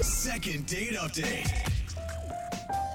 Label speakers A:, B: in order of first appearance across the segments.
A: Second date update.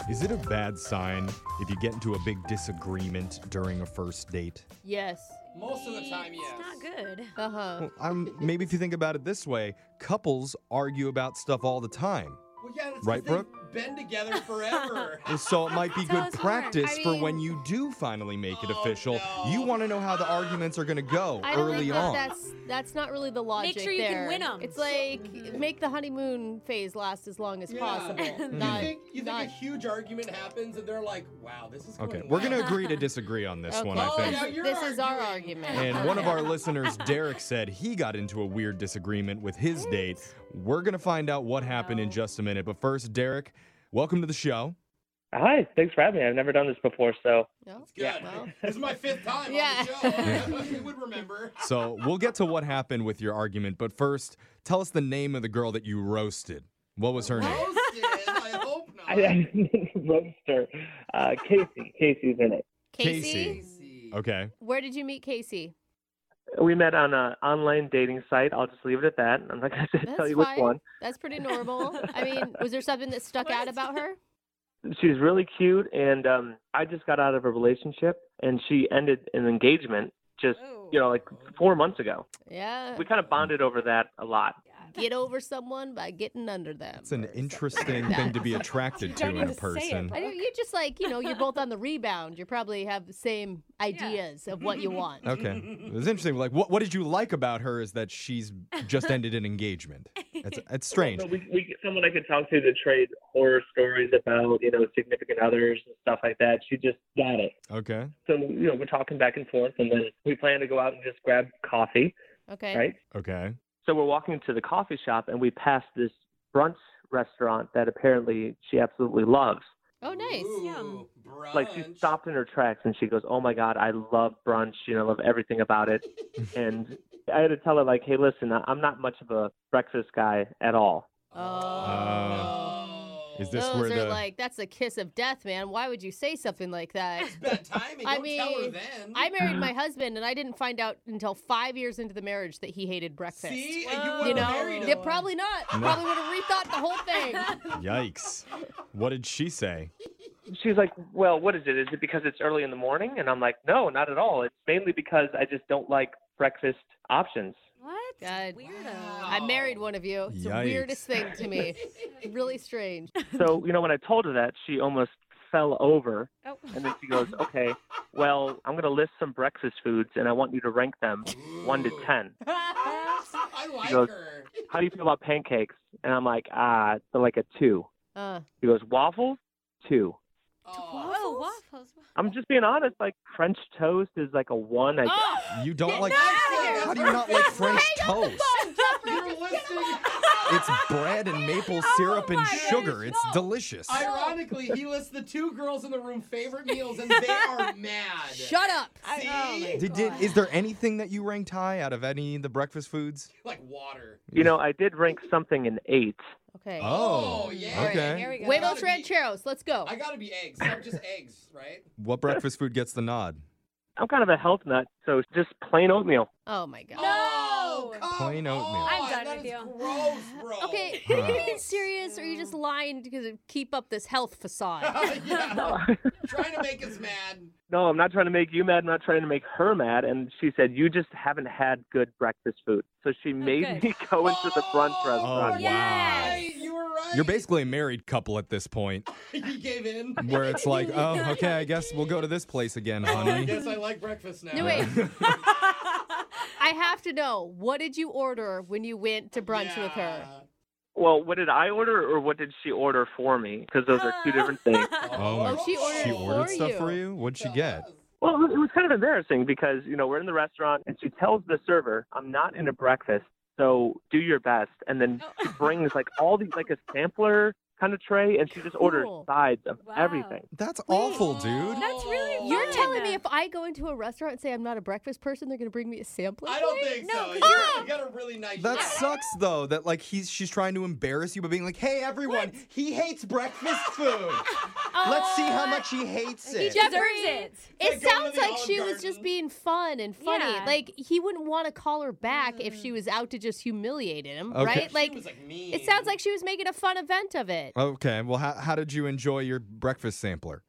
B: Is it a bad sign if you get into a big disagreement during a first date?
C: Yes.
D: Most of the time, yes.
E: It's not good.
C: Uh huh.
B: Well, I'm, maybe if you think about it this way, couples argue about stuff all the time.
D: Well, yeah, that's
B: Right,
D: right, Brooke? Been together forever.
B: And So it might be
E: Tell
B: good
E: us more.
B: practice
E: I
B: for when you do finally make it
D: Oh,
B: official.
D: no.
B: You want to know how the arguments are going to go
C: I don't
B: early
C: think
B: on.
C: That that's that's not really the logic.
E: sure you can
C: there.
E: win 'em.
C: It's like make the honeymoon phase last as long as
D: Yeah.
B: Hmm.
C: possible.
D: you
C: Not-
D: think, you think
C: not-
D: a huge argument happens and they're like, wow, this is going
B: okay, we're
D: well.
B: going to agree to disagree on this one, I
D: Oh,
B: think.
D: now you're
C: this is our
D: arguing.
C: argument.
B: And one of our listeners, Derek, said he got into a weird disagreement with his date. We're going to find out what happened in just a minute. But first, Derek, welcome to the show.
F: Hi, thanks for having me. I've never done this before, so
C: No?
D: Good.
C: Well,
D: This is my fifth time
C: Yeah.
D: on the show. we would remember.
B: So we'll get to what happened with your argument. But first, tell us the name of the girl that you roasted. What was her name?
D: Roasted? I hope not.
F: I, I roaster. Uh, Casey, Casey's in it.
C: Casey?
B: Casey.
D: Casey.
B: Okay.
C: where did you meet Casey?
F: We met on an online dating site. I'll just leave it at that. I'm not going to
C: That's
F: tell you
C: fine.
F: which one.
C: That's pretty normal. I mean, was there something that stuck out about her?
F: She's really cute, and um, I just got out of a relationship, and she ended an engagement just you know
C: Oh.
F: like four months ago.
C: Yeah.
F: We kind of bonded over that a lot.
C: Get over someone by getting under them.
B: It's an
C: or something
B: interesting
C: like
B: thing
C: that.
B: to be attracted to in
G: Don't
B: a
G: even say it,
B: person.
C: I don't- you're just like, you know, you're both on the rebound. You probably have the same ideas of what you want.
B: Okay. It was interesting. Like, what, what did you like about her is that she's just ended an engagement? It's, it's strange.
F: So we, we someone I could talk to to trade horror stories about you know significant others and stuff like that. She just got it.
B: Okay.
F: So you know we're talking back and forth, and then we plan to go out and just grab coffee.
C: Okay.
F: right?
B: Okay.
F: So we're walking to the coffee shop and we pass this brunch restaurant that apparently she absolutely loves.
C: Oh, nice.
D: Ooh, brunch.
F: Like she stopped in her tracks and she goes, "Oh my god, I love brunch. You know, I love everything about it." and I had to tell her like, "Hey, listen, I- I'm not much of a breakfast guy at all."
C: Oh.
D: Oh,
B: Is this
C: Those
B: where
C: are
B: the-
C: like, that's a kiss of death, man. Why would you say something like that?
D: It's bad timing.
C: I
D: Don't tell her
C: mean,
D: then.
C: I married my husband, and I didn't find out until five years into the marriage that he hated breakfast.
D: See,
E: Whoa.
D: you
C: You
D: would have
C: know,
D: married
C: Yeah,
D: him.
C: probably not.
B: No.
C: Probably would have rethought the whole thing.
B: Yikes. What did she say?
F: She's like, "Well, what is it? Is it because it's early in the morning?" And I'm like, "No, not at all. It's mainly because I just don't like breakfast options."
E: What?
C: God.
E: Weirdo.
D: Wow.
C: I married one of you. It's
B: Yikes.
C: the weirdest thing to me. really strange.
F: So, you know, when I told her that, she almost fell over.
E: Oh.
F: And then she goes, okay, well, I'm going to list some breakfast foods and I want you to rank them 1 to
D: Ooh.
F: 10.
C: Uh.
D: I like
F: goes-
D: her.
F: How do you feel about pancakes? And I'm like, ah, they're like a 2.
C: Uh,
F: She goes, waffles? 2.
D: Oh.
E: Whoa, waffles.
F: I'm just being honest. Like, French toast is like a 1. I guess.
C: Oh,
B: You don't like.
D: here.
B: How do you not like French toast?
D: You're listening.
B: It's bread and maple syrup and
E: my
B: sugar. It's delicious.
D: Ironically, he lists the two girls in the room favorite meals, and they are mad.
C: shut up. Oh
D: See?
B: Did, did, is there anything that you ranked high out of any of the breakfast foods?
D: like water.
F: You know, I did rank something an 8.
C: Okay.
B: Oh,
D: Oh, yeah.
E: Here
B: okay.
E: we go.
C: Huevos
D: gotta be-
C: rancheros. Let's go.
D: I gotta be eggs. I'm just eggs, right?
B: What breakfast food gets the nod?
F: I'm kind of a health nut, so just plain oatmeal.
C: Oh my god.
D: Oh,
E: No.
D: come
B: Plain oatmeal.
D: on.
E: I'm done
D: That
E: with
D: is
E: you.
D: Gross, bro.
C: Okay,
B: Huh.
C: are you being serious or are you just lying to keep up this health facade?
D: yeah. Trying to make us mad.
F: No, I'm not trying to make you mad. I'm not trying to make her mad. And she said, You just haven't had good breakfast food. So she made
E: good.
F: me go into the brunch
D: Oh,
F: restaurant.
B: yeah.
E: Yes.
D: Hey, you were right.
B: You're basically a married couple at this point,
D: you gave in.
B: where it's like, oh, okay, I guess we'll go to this place again,
D: Oh, I
B: honey.
D: guess I like breakfast now.
C: No, wait. I have to know, what did you order when you went to brunch with her?
D: Yeah.
F: Well, what did I order or what did she order for me? Because those are two different things.
B: Oh, my,
C: she ordered
B: she
C: it
B: ordered
C: for
B: stuff
C: you.
B: for you? What'd she get?
F: Well, it was kind of embarrassing because, you know, we're in the restaurant and she tells the server, I'm not into breakfast. So do your best. And then she brings like all these, like a sampler kind of tray, and she just orders
C: Cool.
F: sides of
E: Wow.
F: everything.
B: That's awful, dude.
E: That's really
C: You're
E: fun.
C: telling me if I go into a restaurant and say I'm not a breakfast person, they're going to bring me a sampler?
D: I don't
C: plate?
D: think
E: No,
D: so.
E: 'cause
D: You're, you got a really nice.
B: That
D: job.
B: sucks though. That like he's she's trying to embarrass you by being like, "Hey everyone, he hates breakfast food. Let's see how much he hates it."
E: He deserves
C: Jeffrey.
E: it.
C: It
D: like going to
C: sounds
D: the
C: like
D: Olive
C: she was just
D: Garden.
C: being fun and funny.
E: Yeah.
C: Like he wouldn't want to call her back if she was out to just humiliate him,
B: Okay.
C: right?
D: Mm. She
C: Like
D: was, like, mean.
C: it sounds like she was making a fun event of it.
B: okay, well how, how did you enjoy your breakfast sampler?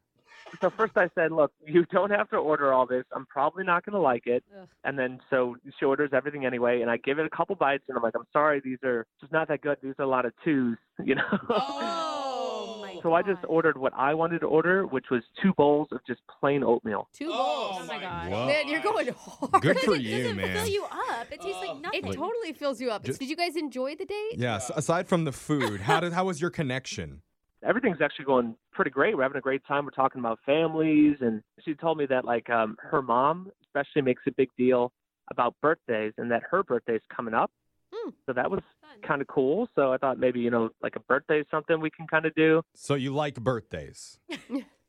F: So first I said, look, you don't have to order all this. I'm probably not going to like it.
E: Ugh.
F: And then so she orders everything anyway, and I give it a couple bites, and I'm like, I'm sorry, these are just not that good. These are a lot of twos, you know.
D: Oh,
E: Oh, my
F: so I just
E: God.
F: ordered what I wanted to order, which was two bowls of just plain oatmeal.
C: Two
D: Oh,
C: bowls.
E: my God.
B: Whoa.
C: Man, you're going hard.
B: Good for
E: It
B: you,
E: doesn't
B: man.
E: fill you up. It tastes
D: Oh.
E: like
C: It
E: nothing.
C: totally fills you up.
B: Ju-
C: Did you guys enjoy the date?
B: Yes, aside from the food, how did how was your connection?
F: everything's actually going pretty great. We're having a great time. We're talking about families, and she told me that like um, her mom especially makes a big deal about birthdays, and that her birthday's coming up.
C: Hmm.
F: So that was
E: Fun.
F: kind of cool. So I thought maybe you know like a birthday is something we can kind of do.
B: So you like birthdays.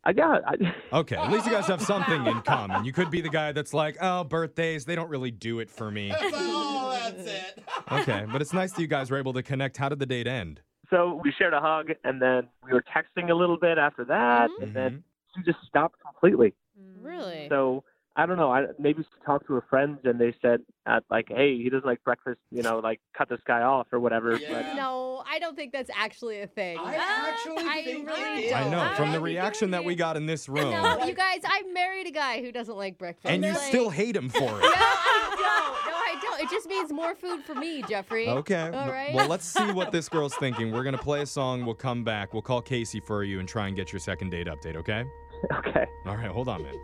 F: I got I,
B: Okay, at least you guys have something in common. You could be the guy that's like, "Oh, birthdays, they don't really do it for me."
D: It's like, oh, that's it.
B: Okay, but it's nice that you guys were able to connect. How did the date end?
F: so we shared a hug, and then we were texting a little bit after that,
C: Mhm.
F: and then she just stopped completely.
E: Mm.
C: Really?
F: So. I don't know. I, maybe she talked to her friends and they said, uh, like, hey, he doesn't like breakfast, you know, like, cut this guy off or whatever.
D: Yeah.
F: But
C: No, I don't think that's actually a thing.
D: I actually
C: I
D: think
C: really
D: it is.
C: don't.
B: I know from
C: I
B: the
C: think
B: reaction that we got in this room,
C: No, you guys, I married a guy who doesn't like breakfast.
B: and you
C: Like-
B: still hate him for
C: No,
B: it.
C: I don't. No, I don't. It just means more food for me, Jeffrey.
B: Okay.
C: All
B: b-
C: right.
B: Well, let's see what this girl's thinking. We're going to play a song. We'll come back. We'll call Casey for you and try and get your second date update, okay?
F: Okay.
B: All right, hold on, man.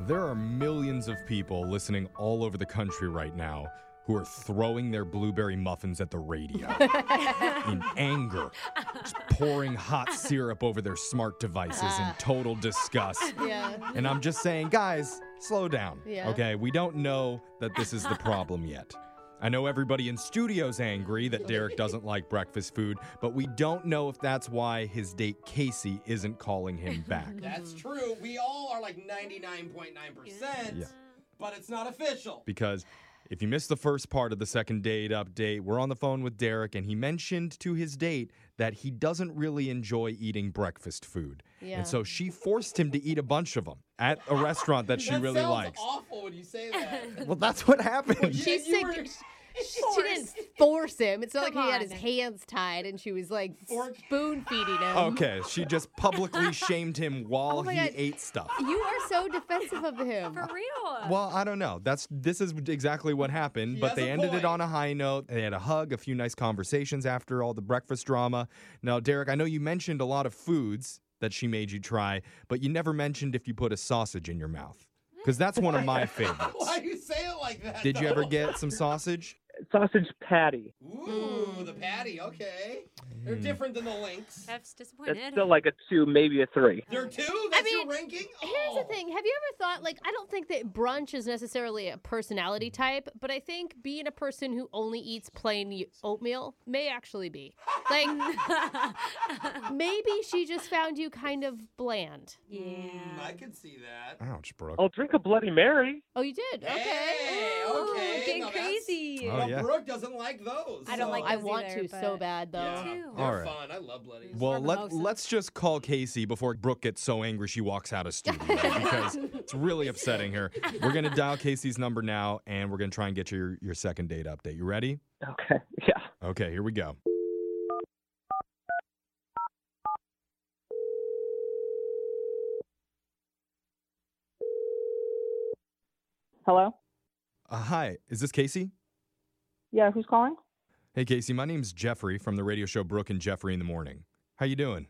B: There are millions of people listening all over the country right now who are throwing their blueberry muffins at the radio in anger, just pouring hot syrup over their smart devices in total disgust.
C: yeah.
B: And I'm just saying, guys, slow down.
C: Yeah.
B: Okay, we don't know that this is the problem yet. I know everybody in studio's angry that Derek doesn't like breakfast food, but we don't know if that's why his date Casey isn't calling him back.
D: That's true. We all are like 99.9%,
B: Yeah.
D: but it's not official.
B: because if you missed the first part of the second date update, we're on the phone with Derek, and he mentioned to his date that he doesn't really enjoy eating breakfast food.
C: Yeah.
B: And so she forced him to eat a bunch of them at a restaurant that she
D: that
B: really
D: sounds
B: likes.
D: awful when you say that.
B: Well, that's what happened.
C: She
D: Yeah, you
C: said
D: were-
C: she, she didn't force him. It's not
E: Come
C: like he had his
E: on.
C: hands tied and she was like
D: Fork.
C: spoon feeding him.
B: Okay, she just publicly shamed him while
C: Oh my
B: he
C: God.
B: ate stuff.
C: You are so defensive of him.
E: For
D: Uh,
E: real.
B: Well, I don't know. That's this is exactly what happened, but
D: has
B: they
D: a
B: ended it
D: point.
B: on a high note. They had a hug, a few nice conversations after all the breakfast drama. Now, Derek, I know you mentioned a lot of foods that she made you try, but you never mentioned if you put a sausage in your mouth. Cuz that's one of my
D: Why
B: favorites.
D: do you say it like that?
B: Did you ever
D: though?
B: get some sausage?
F: Sausage patty.
D: Ooh, the patty. Okay. They're
B: Mm.
D: different than the links.
E: Jeff's
F: That's
E: disappointed.
F: still like a two, maybe a three.
D: They're two? That's
C: mean,
D: your ranking?
C: Here's the
D: Oh.
C: thing. Have you ever thought, like, I don't think that brunch is necessarily a personality type, but I think being a person who only eats plain y- oatmeal may actually be. Like, maybe she just found you kind of bland.
D: Mm, I
E: yeah.
D: can see that.
B: Ouch,
D: Oh,
B: Brooke.
F: I'll "Oh, drink a Bloody Mary.
C: Oh, you did? Okay.
D: Hey, okay.
E: Oh, Getting
D: now that's-
E: crazy.
B: Oh,
D: Well,
B: yeah.
D: Brooke doesn't like those.
E: I don't
D: so-
E: like
C: I
E: those
C: want
E: either,
C: to so
E: but-
C: bad, though.
D: Yeah.
E: Too.
D: They're
B: All right.
D: fun. I love bloody.
B: Well,
E: Or
B: let,
E: mimosas.
B: let's just call Casey before Brooke gets so angry she walks out of studio because it's really upsetting her. We're going to dial Casey's number now and we're going to try and get your, your second date update. You ready?
F: Okay. Yeah.
B: Okay, here we go.
G: Hello?
B: Uh, hi, is this Casey?
G: Yeah, who's calling?
B: Hey, Casey, my name's Jeffrey from the radio show Brooke and Jeffrey in the Morning. How you doing?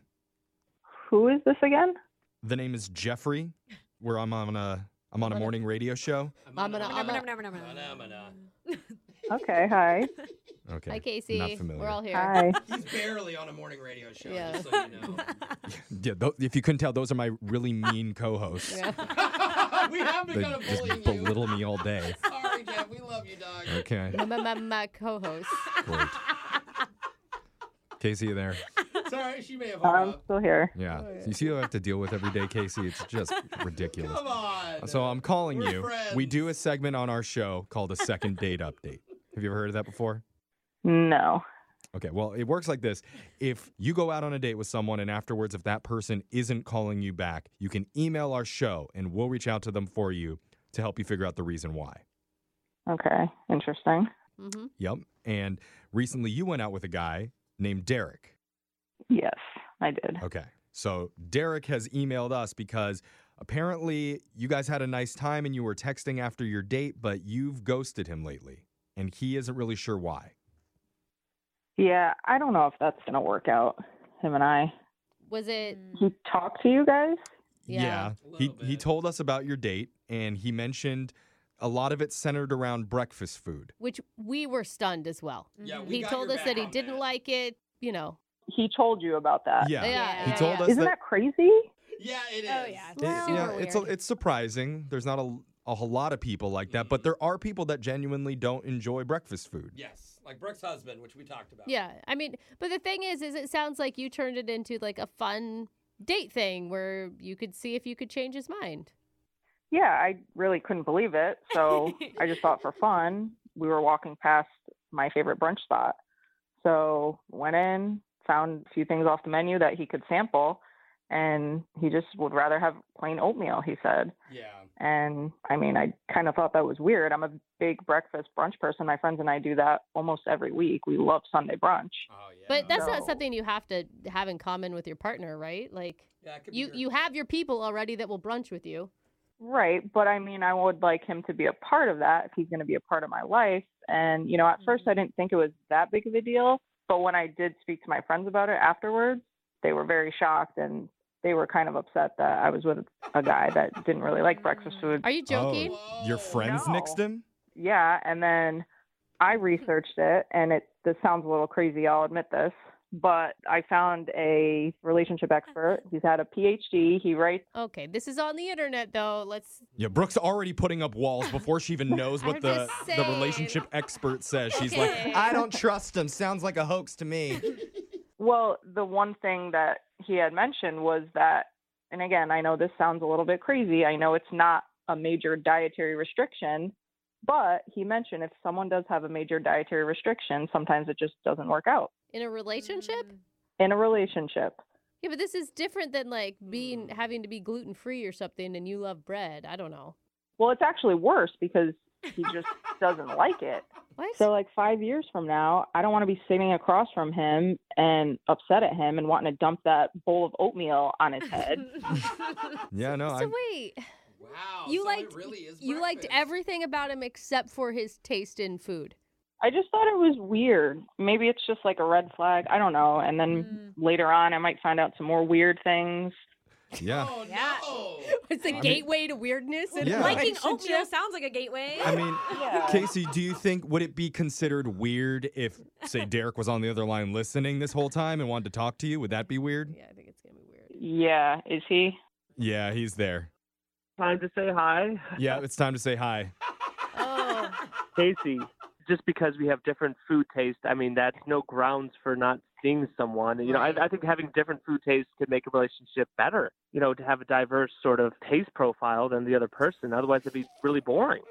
G: Who is this again?
B: The name is Jeffrey. Where I'm on a I'm on a morning radio show.
C: I'm gonna- I'm gonna-
G: Okay, hi.
B: Okay.
C: Hi,
B: Not
C: Casey.
B: familiar.
C: We're all here.
G: Hi.
D: He's barely on a morning radio show.
C: Yeah.
D: Just so you know.
B: Yeah, tho- if you couldn't tell, those are my really mean co-hosts.
C: Yeah.
D: we have
B: They
D: begun to
B: just
D: bullying you.
B: belittle me all day.
D: Sorry, Jeff. We love you, dog.
B: Okay.
C: my, my, my co-host.
B: Great. Casey, you there.
D: Sorry, she may have hung
G: I'm
D: up.
G: still here.
B: Yeah. You see what I have to deal with every day, Casey? It's just ridiculous.
D: Oh, Come on.
B: So um, I'm calling
D: We're
B: you. We
D: friends.
B: do a segment on our show called a second date update. Have you ever heard of that before?
G: No.
B: Okay, well, it works like this. If you go out on a date with someone and afterwards, if that person isn't calling you back, you can email our show and we'll reach out to them for you to help you figure out the reason why.
G: Okay. Interesting.
C: Mm-hmm.
B: Yep. And recently you went out with a guy named Derek.
G: Yes, I did.
B: Okay. So Derek has emailed us because apparently you guys had a nice time and you were texting after your date, but you've ghosted him lately and he isn't really sure why.
G: Yeah, I don't know if that's gonna work out. Him and I.
C: Was
E: Mm.
C: it?
G: He talked to you guys.
C: Yeah.
D: A
B: He
D: little
B: he
D: bit.
B: told us about your date and he mentioned a lot of it centered around breakfast food.
E: Mm-hmm.
C: Which we were stunned as well.
D: Yeah, we
C: he
D: got
C: told
D: your
C: us that
D: back
C: he
D: on
C: didn't
D: that.
C: like it. You know.
G: He told you about that.
B: yeah.
C: Yeah,
B: He
C: yeah,
B: told
C: yeah.
B: us
G: Isn't that crazy?
D: Yeah, it is.
E: Oh, yeah.
B: It- yeah,
C: Super
B: it's a,
C: weird.
B: it's surprising. There's not a a whole lot of people like that, but there are people that genuinely don't enjoy breakfast food.
D: Yes, like Brooke's husband, which we talked about.
C: Yeah. I mean, but the thing is, is it sounds like you turned it into like a fun date thing where you could see if you could change his mind.
G: Yeah, I really couldn't believe it. So I just thought for fun, we were walking past my favorite brunch spot. So went in, found a few things off the menu that he could sample, and he just would rather have plain oatmeal, he said.
D: Yeah.
G: And I mean, I kind of thought that was weird. I'm a big breakfast brunch person. My friends and I do that almost every week. We love Sunday brunch.
D: Oh yeah.
C: But that's not
G: No.
C: something you have to have in common with your partner, right? Like
D: yeah, it could be
C: you
D: your-
C: you have your people already that will brunch with you.
G: Right, but I mean, I would like him to be a part of that if he's going to be a part of my life. And you know, at first I didn't think it was that big of a deal, but when I did speak to my friends about it afterwards, they were very shocked and they were kind of upset that I was with a guy that didn't really like breakfast food.
C: Are you joking?
B: Oh, your
D: Whoa.
B: friends
G: No.
B: nixed him?
G: Yeah, and then I researched it, and it this sounds a little crazy. I'll admit this, but I found a relationship expert. He's had a PhD. He writes.
C: Okay, this is on the internet though. Let's
B: Yeah, Brooke's already putting up walls before she even knows what
C: I'm
B: the, the
C: just saying.
B: relationship expert says. She's
C: Okay.
B: like, I don't trust him. Sounds like a hoax to me.
G: Well, the one thing that he had mentioned was that, and again, I know this sounds a little bit crazy. I know it's not a major dietary restriction, but he mentioned if someone does have a major dietary restriction, sometimes it just doesn't work out
C: in a relationship.
D: Mm.
G: in a relationship.
C: Yeah, but this is different than like
D: Mm.
C: being having to be gluten free or something, and you love bread. I don't know.
G: Well, it's actually worse because he just doesn't like it.
C: What?
G: So, like five years from now, I don't want to be sitting across from him and upset at him and wanting to dump that bowl of oatmeal on
E: Mm-hmm.
G: his head.
B: Yeah, no, I,
C: so wait,
D: Wow.
C: you
D: so it
C: liked
D: really is
C: you liked
D: breakfast.
C: everything about him except for his taste in food.
G: I just thought it was weird. Maybe it's just like a red flag. I don't know. And then later on, I might find out some more weird things.
B: yeah.
D: Oh
E: Yeah.
D: no.
C: It's a
B: mean-
C: gateway to weirdness. in a
B: Yeah.
E: Liking
C: relationship?
E: oatmeal sounds like a gateway.
B: I mean,
G: Yeah.
B: Casey, do you think would it be considered weird if, say, Derek was on the other line listening this whole time and wanted to talk to you? Would that be weird?
C: Yeah, I think it's gonna be weird.
G: Yeah. Is he?
B: Yeah, he's there.
F: Time to say hi.
B: Yeah, it's time to say hi.
C: Oh,
F: Casey, just because we have different food tastes, I mean, that's no grounds for not seeing someone. You know, I, I think having different food tastes could make a relationship better, you know, to have a diverse sort of taste profile than the other person. Otherwise, it'd be really boring.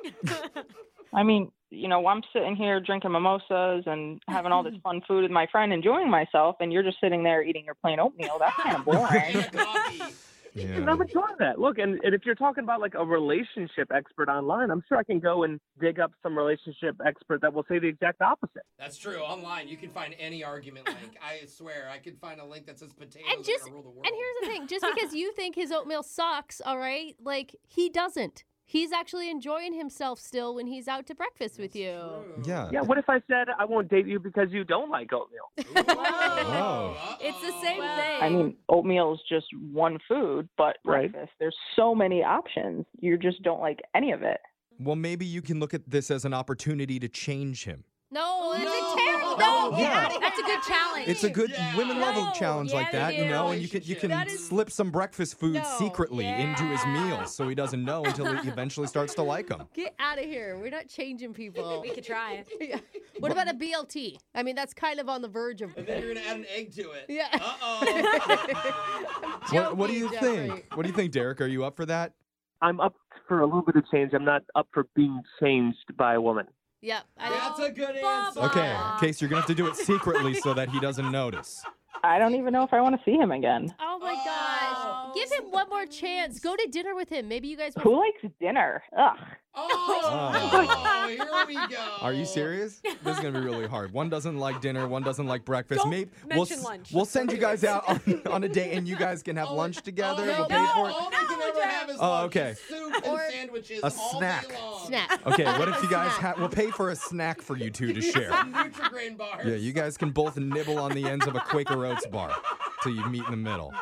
G: I mean, you know, I'm sitting here drinking mimosas and having all this fun food with my friend, enjoying myself, and you're just sitting there eating your plain oatmeal. That's kind of boring.
D: And a coffee.
F: And I'm enjoying that. Look, and, and if you're talking about like a relationship expert online, I'm sure I can go and dig up some relationship expert that will say the exact opposite.
D: That's true. Online, you can find any argument link. I swear, I could find a link that says potatoes
C: And just-
D: are gonna rule the world.
C: and here's the thing: just because you think his oatmeal sucks, all right, like he doesn't. He's actually enjoying himself still when he's out to breakfast with you.
B: Yeah.
F: Yeah, what if I said I won't date you because you don't like oatmeal?
B: Wow.
E: It's the same
C: Well-
E: thing.
G: I mean, oatmeal is just one food, but
F: Right.
G: breakfast, there's so many options. You just don't like any of it.
B: Well, maybe you can look at this as an opportunity to change him.
C: No, that's
D: No.
C: a terrible.
E: No,
C: No,
B: Yeah.
E: get out of here. That's a good challenge.
B: It's a good
D: Yeah.
B: women love
E: No,
B: a challenge like
E: yeah,
B: that,
E: they
B: you
E: do.
B: know, and you can you can
C: That is-
B: slip some breakfast food
C: No,
B: secretly into his
E: yeah.
B: meals so he doesn't know until he eventually starts to like them.
C: get out of here. We're not changing people.
E: We could try.
C: Yeah. What about a BLT? I mean, that's kind of on the verge of.
D: And then you're gonna add an egg to it.
C: Yeah.
D: Uh oh.
B: What, what do
C: Joking,
B: you
C: Jeffrey.
B: think? What do you think, Derek? Are you up for that?
F: I'm up for a little bit of change. I'm not up for being changed by a woman.
C: Yep. I
D: That's a good answer.
B: Okay,
E: Aw.
B: Case, you're gonna have to do it secretly so that he doesn't notice.
G: I don't even know if I want to see him again.
C: Oh my
E: Oh.
C: gosh. Give him one more chance. Go to dinner with him. Maybe you guys will.
G: Who likes dinner? Ugh.
D: Oh, here we go.
B: Oh. Are you serious? This is gonna be really hard. One doesn't like dinner. One doesn't like breakfast.
E: Don't
B: Maybe we'll
E: mention
B: s-
E: lunch.
B: we'll send you guys out on, on a date and you guys can have lunch together.
D: Oh,
B: we'll
D: no,
B: pay for it.
D: All we can ever have is
B: Oh,
D: lunch,
B: okay.
D: is soup and
C: Or
D: sandwiches
B: a
D: all
B: snack.
D: day long.
C: Snap.
B: Okay, what if you guys
C: Snack.
B: have? We'll pay for a snack for you two to share.
D: Some Nutrigrain bars.
B: Yeah, you guys can both nibble on the ends of a Quaker Oats bar till you meet in the middle.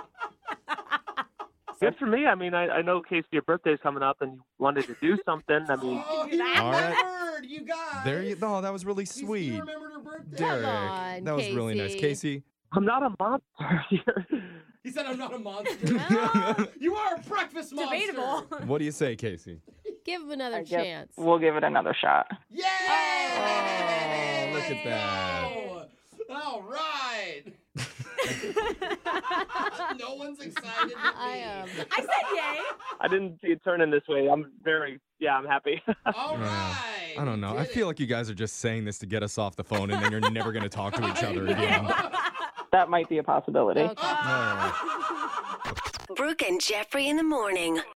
F: Good for me. I mean, I, I know, Casey, your birthday's coming up and you wanted to do something. I mean,
D: Oh,
E: do
D: you
E: that.
B: All right.
D: remembered, you guys.
B: There you go. that was really
D: You- you
B: sweet.
D: remembered her birthday.
B: Derek,
C: on,
B: that was really nice.
C: Casey.
B: Casey,
F: I'm not a monster here.
D: He said, "I'm not a monster. you are a breakfast monster."
E: Debatable.
B: what do you say, Casey?
C: Give him another
G: I guess
C: chance.
G: We'll give it another shot.
D: Yay!
B: Oh, look at
D: Wow. All right. no one's excited. but
C: I
D: me.
C: am.
E: I said yay.
F: I didn't see it turning this way. I'm very, yeah, I'm happy.
D: All
B: Uh,
D: right.
B: I don't know. I feel like you guys are just saying this to get us off the phone, and then you're never going to talk to each other again.
G: That might be a possibility.
C: Okay.
B: No.
H: Brooke and Jeffrey in the morning.